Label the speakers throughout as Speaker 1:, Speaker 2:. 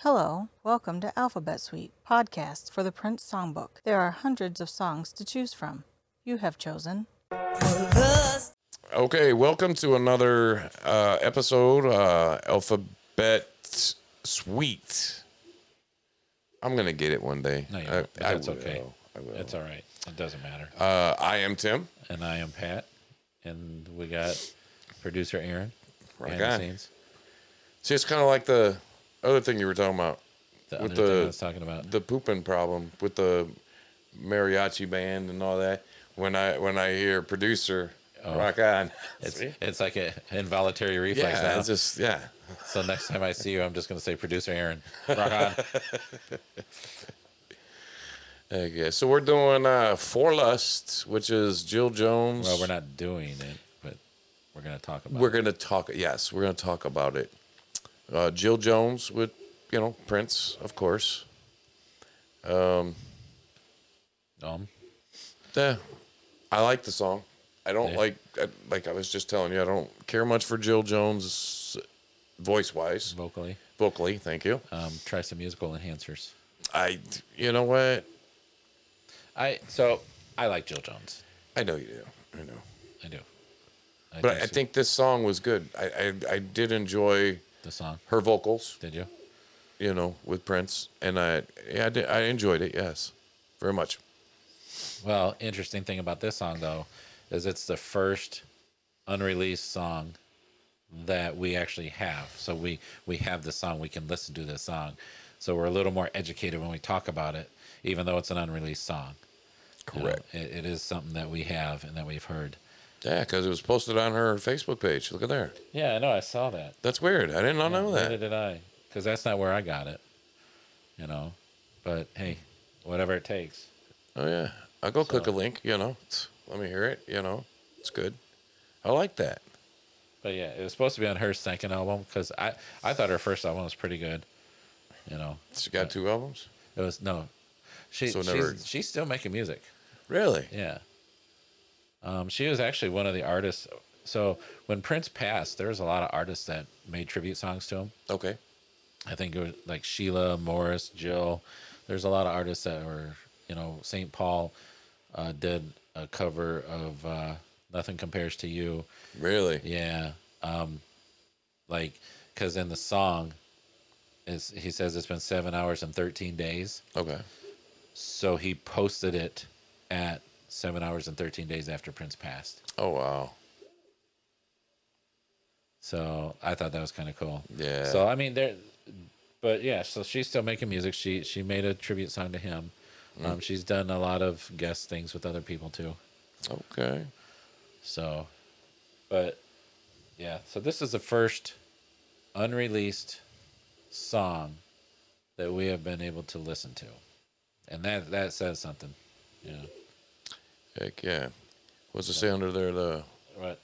Speaker 1: Hello, welcome to Alphabet Suite, podcast for the Prince Songbook. There are hundreds of songs to choose from. You have chosen.
Speaker 2: Okay, welcome to another uh, episode, uh, Alphabet Suite. I'm gonna get it one day.
Speaker 3: No, you
Speaker 2: I-
Speaker 3: won't, but
Speaker 2: I
Speaker 3: that's okay.
Speaker 2: will, I will.
Speaker 3: That's all right. It doesn't matter.
Speaker 2: Uh, I am Tim.
Speaker 3: And I am Pat, and we got producer Aaron
Speaker 2: Rock
Speaker 3: behind the
Speaker 2: on.
Speaker 3: scenes.
Speaker 2: See, it's kind of like the other thing you were talking about,
Speaker 3: The
Speaker 2: With
Speaker 3: other thing
Speaker 2: the-
Speaker 3: I was talking about.
Speaker 2: the pooping problem with the mariachi band and all that. When I when I hear producer rock on,
Speaker 3: Oh. it's,
Speaker 2: See?
Speaker 3: it's like an involuntary reflex
Speaker 2: yeah,
Speaker 3: now.
Speaker 2: it's just yeah.
Speaker 3: so next time I see you, I'm just going to say producer Aaron. Rock on.
Speaker 2: Okay, so we're doing uh, For Lust, which is Jill Jones.
Speaker 3: well, we're not doing it, but we're going to talk about
Speaker 2: We're
Speaker 3: it.
Speaker 2: gonna talk. Yes, we're gonna talk about it. Uh, Jill Jones with you know Prince, of course.
Speaker 3: Um,
Speaker 2: Yeah, I like the song. I don't
Speaker 3: Yeah.
Speaker 2: like I, like I was just telling you. I don't care much for Jill Jones, voice wise,
Speaker 3: vocally.
Speaker 2: vocally. Thank you.
Speaker 3: Um, try some musical enhancers.
Speaker 2: I you know what
Speaker 3: I So I like Jill Jones.
Speaker 2: I know you do. I know,
Speaker 3: I do. I
Speaker 2: but I, I
Speaker 3: she-
Speaker 2: think this song was good. I, I I did enjoy
Speaker 3: the song.
Speaker 2: her vocals.
Speaker 3: Did you?
Speaker 2: You know, with Prince, and I yeah I, did, I enjoyed it. Yes, very much.
Speaker 3: Well, interesting thing about this song though is it's the first unreleased song that we actually have. So we we have the song, we can listen to this song. So we're a little more educated when we talk about it, even though it's an unreleased song. You know, it, it is something that we have and that we've heard.
Speaker 2: Yeah, because it was posted on her Facebook page. Look at there.
Speaker 3: Yeah, I know. I saw that.
Speaker 2: That's weird. I did not know
Speaker 3: Neither
Speaker 2: that.
Speaker 3: did I, because that's not where I got it. You know, but hey, whatever it takes.
Speaker 2: Oh yeah, I'll go click a link. You know, It's- let me hear it. You know, it's good. I like that.
Speaker 3: But yeah, it was supposed to be on her second album because I I thought her first album was pretty good. You know,
Speaker 2: She got two albums.
Speaker 3: it was no, she
Speaker 2: So
Speaker 3: she's,
Speaker 2: never-
Speaker 3: she's still making music.
Speaker 2: Really?
Speaker 3: Yeah, um, she was actually one of the artists. So when Prince passed, there was a lot of artists that made tribute songs to him.
Speaker 2: Okay.
Speaker 3: I think it was like Sheila Morris, Jill. There's a lot of artists that were, you know, St. Paul uh, did a cover of uh, "Nothing Compares to You."
Speaker 2: Really?
Speaker 3: Yeah. Um like cuz in the song is he says it's been 7 hours and 13 days.
Speaker 2: Okay.
Speaker 3: So he posted it at 7 hours and 13 days after Prince passed.
Speaker 2: Oh wow.
Speaker 3: So I thought that was kind of cool.
Speaker 2: Yeah.
Speaker 3: So I mean there but yeah, so she's still making music. She she made a tribute song to him. Um she's done a lot of guest things with other people too.
Speaker 2: Okay.
Speaker 3: So, but yeah, so this is the first unreleased song that we have been able to listen to, and that that says something. Yeah,
Speaker 2: Heck yeah. What's it say under there? The
Speaker 3: but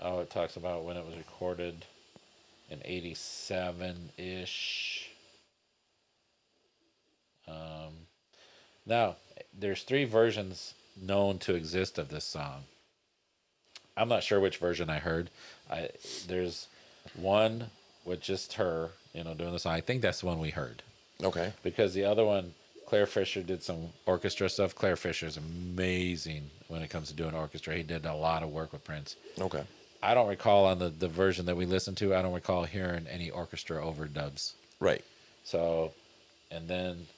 Speaker 3: oh, it talks about when it was recorded in '87 ish. Um, now there's three versions known to exist of this song. I'm not sure which version I heard. I there's one with just her, you know, doing this. I think that's the one we heard
Speaker 2: okay.
Speaker 3: because the other one, Claire Fisher did some orchestra stuff. Claire Fisher's amazing when it comes to doing orchestra. He did a lot of work with Prince.
Speaker 2: Okay.
Speaker 3: I don't recall on the, the version that we listened to, I don't recall hearing any orchestra overdubs.
Speaker 2: Right.
Speaker 3: So, and then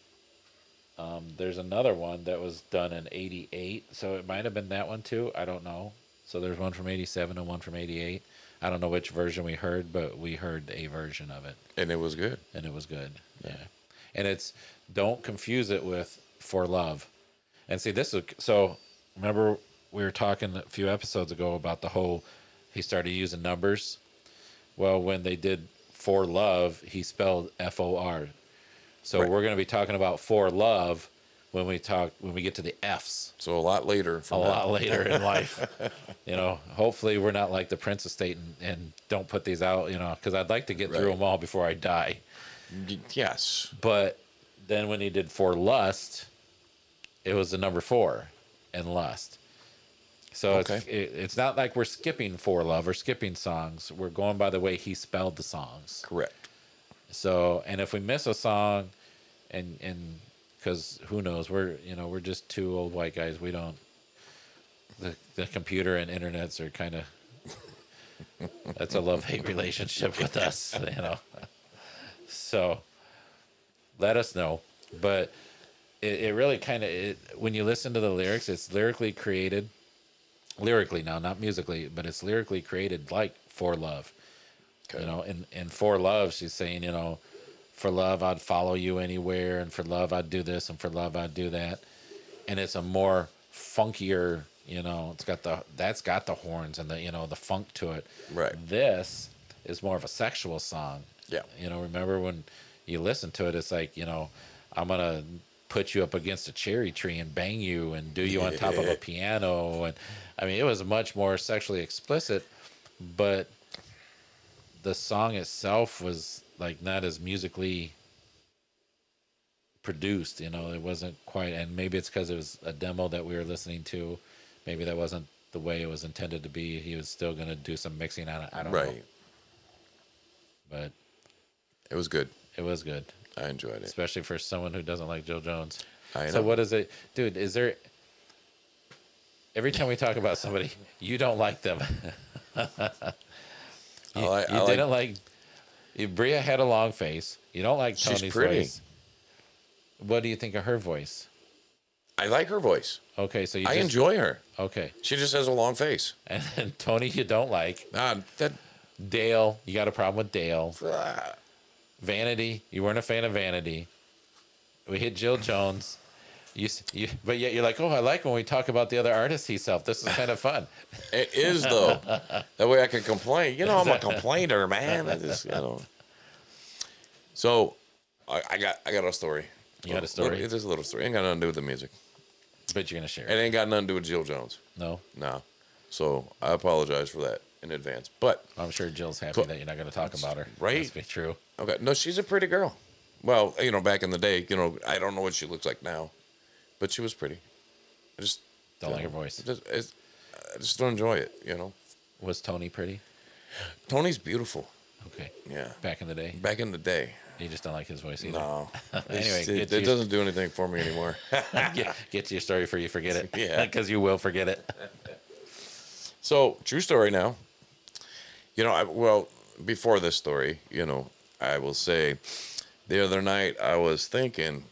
Speaker 3: um, there's another one that was done in 88. So it might have been that one too. I don't know. So there's one from 87 and one from 88. I don't know which version we heard, but we heard a version of it
Speaker 2: And it was good.
Speaker 3: and it was good. Yeah. And it's don't confuse it with for love. And see this is so remember we were talking a few episodes ago about the whole he started using numbers. Well, when they did for love, he spelled F O R. So we're going to be talking about for love when we talk when we get to the F's
Speaker 2: So a lot later.
Speaker 3: a
Speaker 2: From that.
Speaker 3: lot later in life. You know, hopefully we're not like the Prince Estate and, and don't put these out, you know, because I'd like to get through
Speaker 2: Right.
Speaker 3: them all before I die.
Speaker 2: Y- Yes.
Speaker 3: But then when he did for lust, it was the number four and lust. So it's,
Speaker 2: Okay.
Speaker 3: it, it's not like we're skipping for love or skipping songs. We're going by the way he spelled the songs.
Speaker 2: Correct.
Speaker 3: So, and if we miss a song, and and because who knows, we're you know we're just two old white guys. We don't. The the computer and internets are kind of. that's a love hate relationship with us, you know. So, let us know, but. It, it really kind of when you listen to the lyrics, it's lyrically created lyrically now, not musically, but it's lyrically created like for love. You know, and and for love, she's saying, you know, for love I'd follow you anywhere, and for love I'd do this, and for love I'd do that. And it's a more funkier, you know, it's got the that's got the horns and the you know the funk to it.
Speaker 2: Right.
Speaker 3: This is more of a sexual song.
Speaker 2: Yeah.
Speaker 3: You know, remember when you listen to it, it's like you know, I'm gonna put you up against a cherry tree and bang you and do you on top of a piano and i mean it was much more sexually explicit but the song itself was like not as musically produced you know it wasn't quite and maybe it's because it was a demo that we were listening to maybe that wasn't the way it was intended to be he was still going to do some mixing on it i don't know
Speaker 2: Right.
Speaker 3: but
Speaker 2: It was good.
Speaker 3: it was good
Speaker 2: I enjoyed it.
Speaker 3: especially for someone who doesn't like Joe Jones.
Speaker 2: I
Speaker 3: So
Speaker 2: know.
Speaker 3: what is it, dude? Is there every time we talk about somebody you don't like them? you
Speaker 2: I like-
Speaker 3: you
Speaker 2: I like-
Speaker 3: didn't like. you- Bria had a long face. You don't like
Speaker 2: She's
Speaker 3: Tony's
Speaker 2: pretty.
Speaker 3: voice. What do you think of her voice?
Speaker 2: I like her voice.
Speaker 3: Okay, so you
Speaker 2: I
Speaker 3: just,
Speaker 2: enjoy her.
Speaker 3: Okay,
Speaker 2: She just has a long face.
Speaker 3: and then Tony you don't like.
Speaker 2: Ah, that.
Speaker 3: Dale, you got a problem with Dale.
Speaker 2: ah.
Speaker 3: Vanity, you weren't a fan of Vanity. We hit Jill Jones. You, s- you, but yet you're like, oh, I like when we talk about the other artists he self. This is kind of fun.
Speaker 2: It is though. that way I can complain. You know, I'm a complainer, man. I just, you know. So, I, I got I got a story.
Speaker 3: You got a story?
Speaker 2: It's just a little story. Ain't got nothing to do with the music.
Speaker 3: But you're gonna share.
Speaker 2: It
Speaker 3: It.
Speaker 2: ain't got nothing to do with Jill Jones.
Speaker 3: No,
Speaker 2: No. So I apologize for that in advance. But
Speaker 3: I'm sure Jill's happy
Speaker 2: Cool.
Speaker 3: that you're not gonna talk about her.
Speaker 2: Right?
Speaker 3: That's be true.
Speaker 2: okay, no, she's a pretty girl. Well, you know, back in the day, you know, I don't know what she looks like now, but she was pretty. I just
Speaker 3: Don't like her voice.
Speaker 2: Just, it's, I just don't enjoy it. You know,
Speaker 3: Was Tony pretty?
Speaker 2: Tony's beautiful.
Speaker 3: Okay.
Speaker 2: Yeah.
Speaker 3: Back in the day,
Speaker 2: Back in the day.
Speaker 3: you just don't like his voice either.
Speaker 2: No.
Speaker 3: Anyway,
Speaker 2: It's-
Speaker 3: get
Speaker 2: it,
Speaker 3: to
Speaker 2: it
Speaker 3: your-
Speaker 2: doesn't do anything for me anymore.
Speaker 3: get, get to your story before you forget it.
Speaker 2: Yeah.
Speaker 3: Because you will forget it.
Speaker 2: so, true story now. You know, I, well, before this story, you know, I will say the other night I was thinking,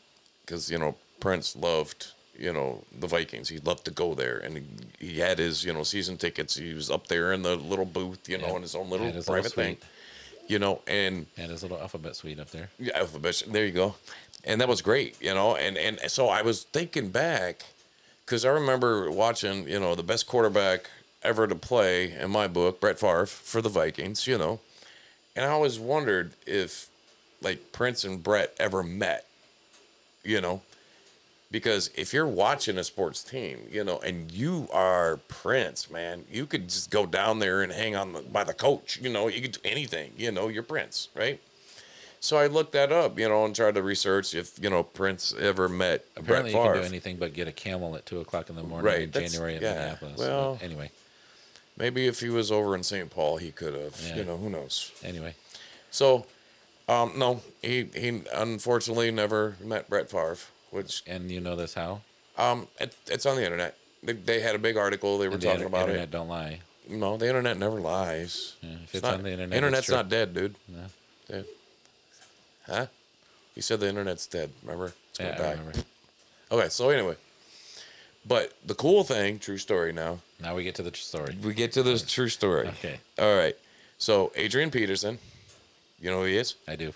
Speaker 2: because, you know, Prince loved, you know, the Vikings. He loved to go there. And he, he had his, you know, season tickets. He was up there in the little booth, you know,
Speaker 3: Yeah.
Speaker 2: in his own little
Speaker 3: And his little
Speaker 2: private thing.
Speaker 3: suite.
Speaker 2: You know, and
Speaker 3: And his little alphabet suite up there.
Speaker 2: Yeah, alphabet. There you go. And that was great, you know. And and so I was thinking back because I remember watching, you know, the best quarterback ever to play in my book, Brett Favre for the Vikings, you know. And I always wondered if like Prince and Brett ever met, you know. Because if you're watching a sports team, you know, and you are Prince, man, you could just go down there and hang on the, by the coach, you know, you could do anything, you know, you're Prince, right? So I looked that up, you know, and tried to research if you know Prince ever met Brett
Speaker 3: Apparently, you
Speaker 2: Favre.
Speaker 3: can do anything but get a camel at two o'clock in the morning
Speaker 2: Right,
Speaker 3: in
Speaker 2: that's-
Speaker 3: January in
Speaker 2: yeah,
Speaker 3: Minneapolis. But
Speaker 2: well-
Speaker 3: anyway,
Speaker 2: Maybe if he was over in St. Paul, he could have.
Speaker 3: Yeah.
Speaker 2: You know, who knows?
Speaker 3: anyway,
Speaker 2: So, um, no, he he unfortunately never met Brett Favre, which
Speaker 3: and you know this how?
Speaker 2: um, it, it's on the internet. They, they had a big article. They were
Speaker 3: the
Speaker 2: talking
Speaker 3: inter-
Speaker 2: about
Speaker 3: internet
Speaker 2: it.
Speaker 3: don't lie.
Speaker 2: No, the internet never lies.
Speaker 3: if it's on the internet, it's
Speaker 2: internet's
Speaker 3: true.
Speaker 2: not dead, dude.
Speaker 3: No.
Speaker 2: Dude. Huh? You said the internet's dead. Remember? It's gonna
Speaker 3: Yeah,
Speaker 2: die.
Speaker 3: I remember.
Speaker 2: Okay, so anyway, but the cool thing, true story. Now
Speaker 3: Now we get to the tr- story.
Speaker 2: we get to this true story.
Speaker 3: Okay.
Speaker 2: All right. So Adrian Peterson, you know who he is?
Speaker 3: I do.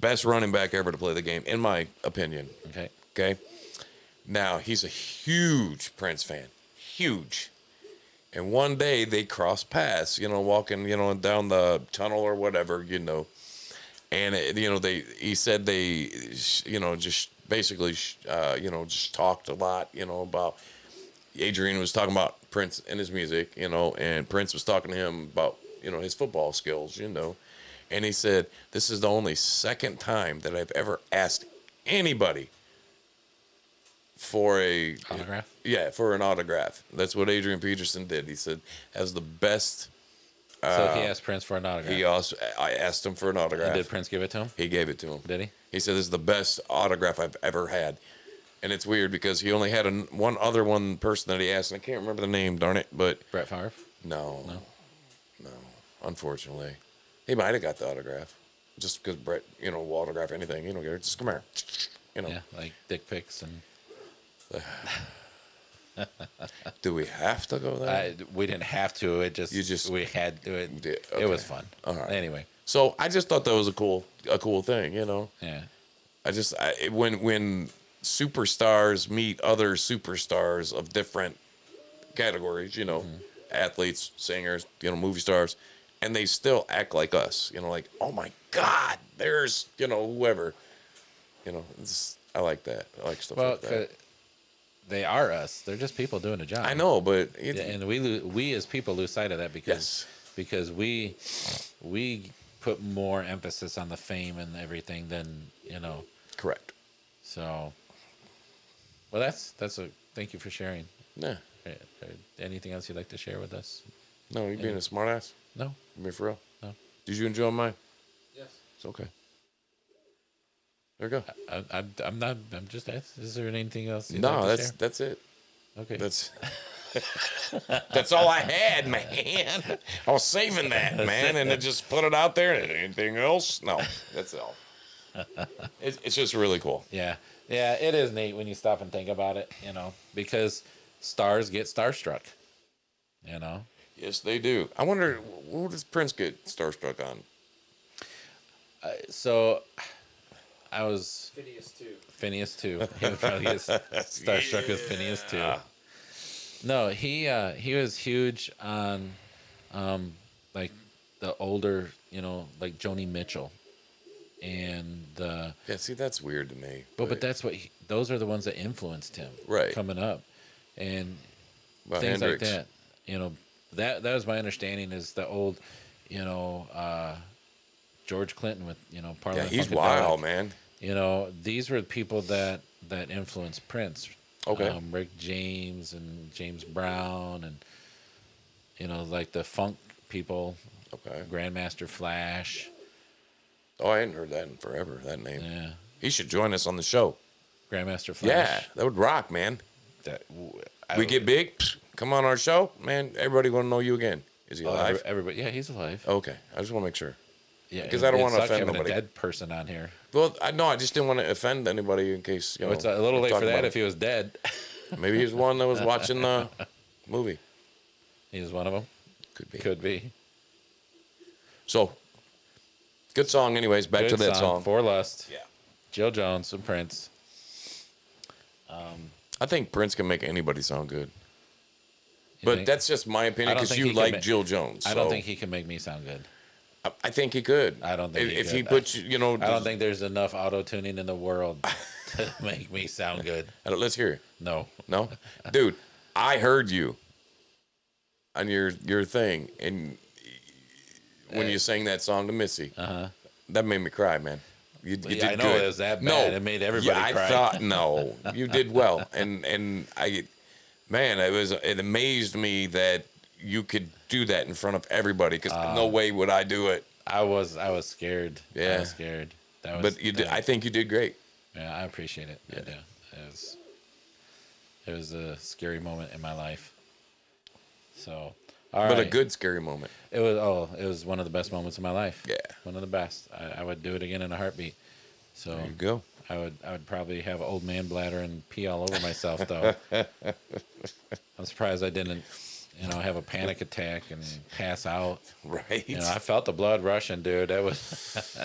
Speaker 2: Best running back ever to play the game, in my opinion.
Speaker 3: Okay.
Speaker 2: Okay. Now he's a huge Prince fan, huge. And one day they cross paths, you know, walking, you know, down the tunnel or whatever, you know. And it, you know, they he said they, sh- you know, just basically, sh- uh, you know, just talked a lot, you know, about. Adrian was talking about Prince and his music, you know, and Prince was talking to him about, you know, his football skills, you know. And he said, This is the only second time that I've ever asked anybody for a
Speaker 3: Autograph.
Speaker 2: yeah, for an autograph. That's what Adrian Peterson did. He said, as the best
Speaker 3: So he asked Prince for an autograph.
Speaker 2: He also I asked him for an autograph.
Speaker 3: and did Prince give it to him?
Speaker 2: He gave it to him.
Speaker 3: Did he?
Speaker 2: He said, "This is the best autograph I've ever had," and it's weird because he only had an, one other one person that he asked, and I can't remember the name. Darn it! But
Speaker 3: Brett Favre.
Speaker 2: no, no, Unfortunately, he might have got the autograph just because Brett, you know, will autograph anything. You don't get it. Just come here. You know,
Speaker 3: Yeah, like dick pics and
Speaker 2: do we have to go there?
Speaker 3: I, we didn't have to. It just
Speaker 2: You just-
Speaker 3: we had to. It,
Speaker 2: did,
Speaker 3: it was
Speaker 2: okay.
Speaker 3: fun.
Speaker 2: All right.
Speaker 3: Anyway,
Speaker 2: so I just thought that was a cool, a cool thing. You know,
Speaker 3: yeah,
Speaker 2: I just I, it- when when superstars meet other superstars of different categories, you know,
Speaker 3: Mm-hmm.
Speaker 2: athletes, singers, you know, movie stars, and they still act like us, you know, like oh my god, there's you know whoever, you know, it's, I like that. I like stuff
Speaker 3: well,
Speaker 2: like that.
Speaker 3: 'cause they are us. They're just people doing a job.
Speaker 2: I know, but it,
Speaker 3: Yeah, and we lo- we as people lose sight of that because
Speaker 2: Yes.
Speaker 3: because we we put more emphasis on the fame and everything than you know.
Speaker 2: correct.
Speaker 3: So, well, that's that's a thank you for sharing.
Speaker 2: Yeah.
Speaker 3: Uh, uh, Anything else you'd like to share with us?
Speaker 2: No, you being a smartass. ass.
Speaker 3: No,
Speaker 2: I mean, for real.
Speaker 3: no.
Speaker 2: Did you enjoy mine?
Speaker 3: Yes.
Speaker 2: It's okay. There you go.
Speaker 3: I, I'm, I'm not. I'm just asking. Is there anything else? You'd
Speaker 2: No,
Speaker 3: like to
Speaker 2: that's
Speaker 3: share?
Speaker 2: that's it.
Speaker 3: okay.
Speaker 2: That's that's all I had, man. I was saving that, man, and I just put it out there. Anything else? No, that's all. It's, it's just really cool.
Speaker 3: yeah, yeah. It is neat when you stop and think about it. You know, because stars get starstruck. You know,
Speaker 2: Yes, they do. I wonder what does Prince get starstruck on?
Speaker 3: so I was Phineas two. Phineas two. He would probably get starstruck with Phineas two. No, he uh, he was huge on, um, like the older, you know, like Joni Mitchell, and uh,
Speaker 2: Yeah, see, that's weird to me.
Speaker 3: but but that's what he, those are the ones that influenced him,
Speaker 2: Right.
Speaker 3: Coming up, and
Speaker 2: But
Speaker 3: things
Speaker 2: Hendrix,
Speaker 3: like that. You know, that that was my understanding is the old, you know, uh, George Clinton with you know
Speaker 2: Yeah,
Speaker 3: Parliament.
Speaker 2: he's
Speaker 3: Funkadelic.
Speaker 2: wild, man.
Speaker 3: You know, these were the people that that influenced Prince.
Speaker 2: Okay.
Speaker 3: Um, Rick James and James Brown and you know like the funk people,
Speaker 2: Okay.
Speaker 3: Grandmaster Flash.
Speaker 2: Oh, I hadn't heard that in forever. That name.
Speaker 3: Yeah.
Speaker 2: He should join us on the show.
Speaker 3: Grandmaster Flash.
Speaker 2: Yeah, that would rock, man.
Speaker 3: That, w-
Speaker 2: we
Speaker 3: I-
Speaker 2: get big, psh, come on our show, man. Everybody want to know you again. Is he
Speaker 3: oh,
Speaker 2: alive?
Speaker 3: every- everybody. Yeah, he's alive.
Speaker 2: Okay, I just want to make sure.
Speaker 3: Yeah,
Speaker 2: 'cause
Speaker 3: it-
Speaker 2: I don't
Speaker 3: it
Speaker 2: wanna
Speaker 3: sucked
Speaker 2: offend
Speaker 3: having
Speaker 2: nobody.
Speaker 3: A dead person on here.
Speaker 2: Well, I no, I just didn't want to offend anybody in case you know.
Speaker 3: It's a little
Speaker 2: Oh, we're
Speaker 3: late for
Speaker 2: talking
Speaker 3: that
Speaker 2: about
Speaker 3: if he was dead.
Speaker 2: it. Maybe he's one that was watching the movie.
Speaker 3: He's one of them.
Speaker 2: Could be.
Speaker 3: Could be.
Speaker 2: So, good song. Anyways, back to
Speaker 3: Good
Speaker 2: that song.
Speaker 3: For Lust.
Speaker 2: yeah,
Speaker 3: Jill Jones and Prince.
Speaker 2: I think Prince can make anybody sound good,
Speaker 3: You
Speaker 2: but
Speaker 3: think-
Speaker 2: that's just my opinion
Speaker 3: I don't
Speaker 2: because
Speaker 3: think
Speaker 2: you
Speaker 3: he can
Speaker 2: like
Speaker 3: ma-
Speaker 2: Jill Jones.
Speaker 3: I don't
Speaker 2: so
Speaker 3: think he can make me sound good.
Speaker 2: I, I think he could.
Speaker 3: I don't
Speaker 2: if
Speaker 3: think he
Speaker 2: if
Speaker 3: could.
Speaker 2: he put you, you know.
Speaker 3: I don't think there's enough auto tuning in the world to make me sound good.
Speaker 2: Let's hear it.
Speaker 3: No.
Speaker 2: No, dude, I heard you on your your thing, and
Speaker 3: Uh,
Speaker 2: when you sang that song to Missy, uh-huh. that made me cry, man. You, you
Speaker 3: Yeah,
Speaker 2: did
Speaker 3: I know
Speaker 2: good.
Speaker 3: it was that
Speaker 2: No,
Speaker 3: bad. It made everybody
Speaker 2: yeah, I
Speaker 3: cry.
Speaker 2: thought no, you did well, and and I, man, it was it amazed me that you could do that in front of everybody because
Speaker 3: Ah.
Speaker 2: no way would I do it.
Speaker 3: I was I was scared. I
Speaker 2: Yeah.
Speaker 3: was scared. That was
Speaker 2: But you did.
Speaker 3: that-
Speaker 2: I think you did great.
Speaker 3: yeah, I appreciate it. I do. It was it was a scary moment in my life. So all
Speaker 2: But a
Speaker 3: right.
Speaker 2: good scary moment.
Speaker 3: It was oh, it was one of the best moments of my life.
Speaker 2: Yeah.
Speaker 3: one of the best. I, I would do it again in a heartbeat. So
Speaker 2: There you go.
Speaker 3: I would I would probably have old man bladder and pee all over myself though. I'm surprised I didn't, you know, have a panic attack and pass out.
Speaker 2: Right.
Speaker 3: You know, I felt the blood rushing, dude. That was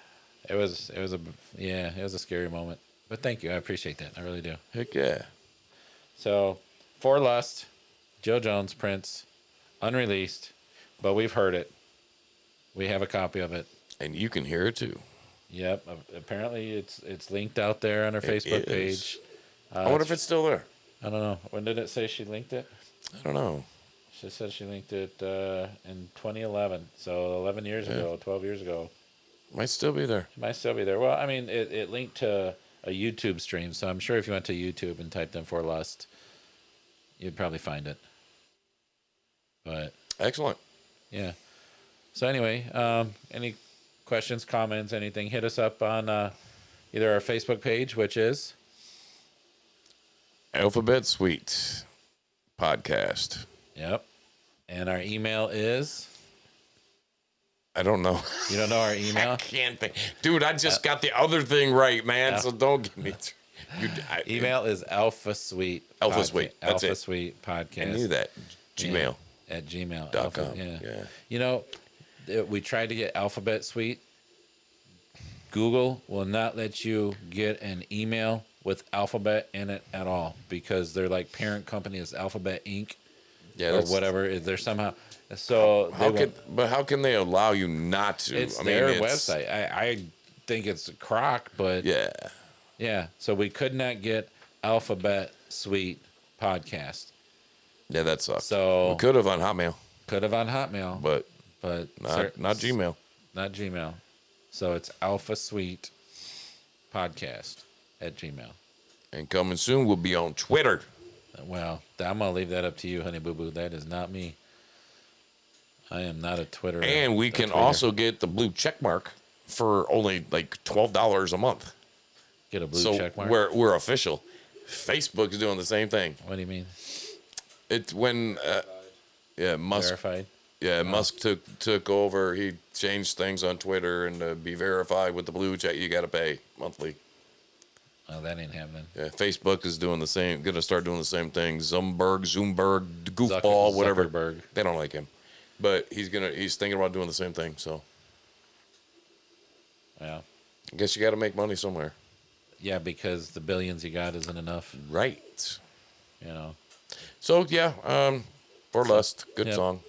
Speaker 3: it was it was a yeah, it was a scary moment. But thank you, I appreciate that. I really do.
Speaker 2: Heck yeah.
Speaker 3: So, For Lust, Joe Jones, Prince, unreleased, but we've heard it. We have a copy of it.
Speaker 2: And you can hear it too.
Speaker 3: Yep. a- Apparently, it's it's linked out there on her
Speaker 2: is.
Speaker 3: Facebook page. Uh,
Speaker 2: I wonder if it's still there.
Speaker 3: I don't know. When did it say she linked it?
Speaker 2: I don't know.
Speaker 3: She said she linked it uh, in 2011. So 11 years ago, 12 years ago.
Speaker 2: Might still be there.
Speaker 3: It might still be there. Well, I mean, it, it linked to a YouTube stream. So I'm sure if you went to YouTube and typed in For Lust, you'd probably find it. But
Speaker 2: Excellent.
Speaker 3: Yeah. So anyway, um, any questions, comments, anything, hit us up on uh, either our Facebook page, which is
Speaker 2: Alphabet Suite podcast.
Speaker 3: yep, and our email is
Speaker 2: I don't know.
Speaker 3: you don't know our
Speaker 2: I
Speaker 3: email.
Speaker 2: can't think, dude. I just got the other thing right, man. So don't give me. You, I,
Speaker 3: Email is Alpha Suite.
Speaker 2: Alpha
Speaker 3: Podca-
Speaker 2: Suite, that's
Speaker 3: Alpha
Speaker 2: it.
Speaker 3: Suite podcast.
Speaker 2: I knew that. Gmail.
Speaker 3: at gmail
Speaker 2: Dot
Speaker 3: alpha-
Speaker 2: com,
Speaker 3: Yeah.
Speaker 2: yeah.
Speaker 3: You know, th- we tried to get Alphabet Suite. Google will not let you get an email with Alphabet in it at all because they're like parent company is Alphabet Inc.
Speaker 2: Yeah,
Speaker 3: or
Speaker 2: that's-
Speaker 3: whatever. Is They're somehow so they
Speaker 2: How
Speaker 3: won't-
Speaker 2: could, but how can they allow you not to?
Speaker 3: it's their
Speaker 2: it's-
Speaker 3: website. I, I think it's a crock, but
Speaker 2: Yeah,
Speaker 3: yeah. So we could not get Alphabet Suite podcast.
Speaker 2: yeah, that sucks.
Speaker 3: So-
Speaker 2: we could have on Hotmail,
Speaker 3: Could have on Hotmail, but,
Speaker 2: but not
Speaker 3: cer-
Speaker 2: not Gmail.
Speaker 3: not Gmail. So it's Alpha Suite Podcast at Gmail.
Speaker 2: And coming soon, we'll be on Twitter.
Speaker 3: Well, I'm gonna leave that up to you, honey boo boo. That is not me. I am not a Twitter.
Speaker 2: And we can also get the blue check mark for only like twelve dollars a month.
Speaker 3: get a blue
Speaker 2: so
Speaker 3: check mark.
Speaker 2: we're we're official. Facebook is doing the same thing.
Speaker 3: what do you mean
Speaker 2: It's when uh, yeah Musk
Speaker 3: verified? Uh-huh.
Speaker 2: yeah Musk took took over. He changed things on Twitter and uh, be verified with the blue check. You got to pay monthly.
Speaker 3: Oh, that ain't happening.
Speaker 2: Yeah, Facebook is doing the same. Going to start doing the same thing. Zumberg, Zoomberg,
Speaker 3: Zucker-
Speaker 2: goofball, whatever.
Speaker 3: Zuckerberg.
Speaker 2: They don't like him, but he's gonna. He's thinking about doing the same thing. So
Speaker 3: Yeah,
Speaker 2: I guess you got to make money somewhere.
Speaker 3: yeah, because the billions you got isn't enough.
Speaker 2: Right.
Speaker 3: You know.
Speaker 2: So yeah, um, for lust, good
Speaker 3: Yep.
Speaker 2: song.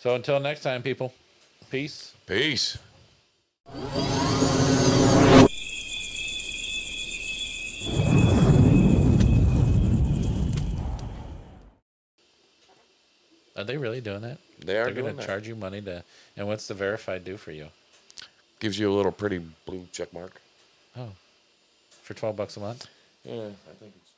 Speaker 3: So until next time, people. Peace.
Speaker 2: Peace.
Speaker 3: Are they really doing that?
Speaker 2: They are
Speaker 3: They're
Speaker 2: doing
Speaker 3: gonna
Speaker 2: that.
Speaker 3: charge you money to. And what's the verified do for you?
Speaker 2: Gives you a little pretty blue check mark.
Speaker 3: Oh, for twelve bucks a month.
Speaker 2: Yeah, I think it's.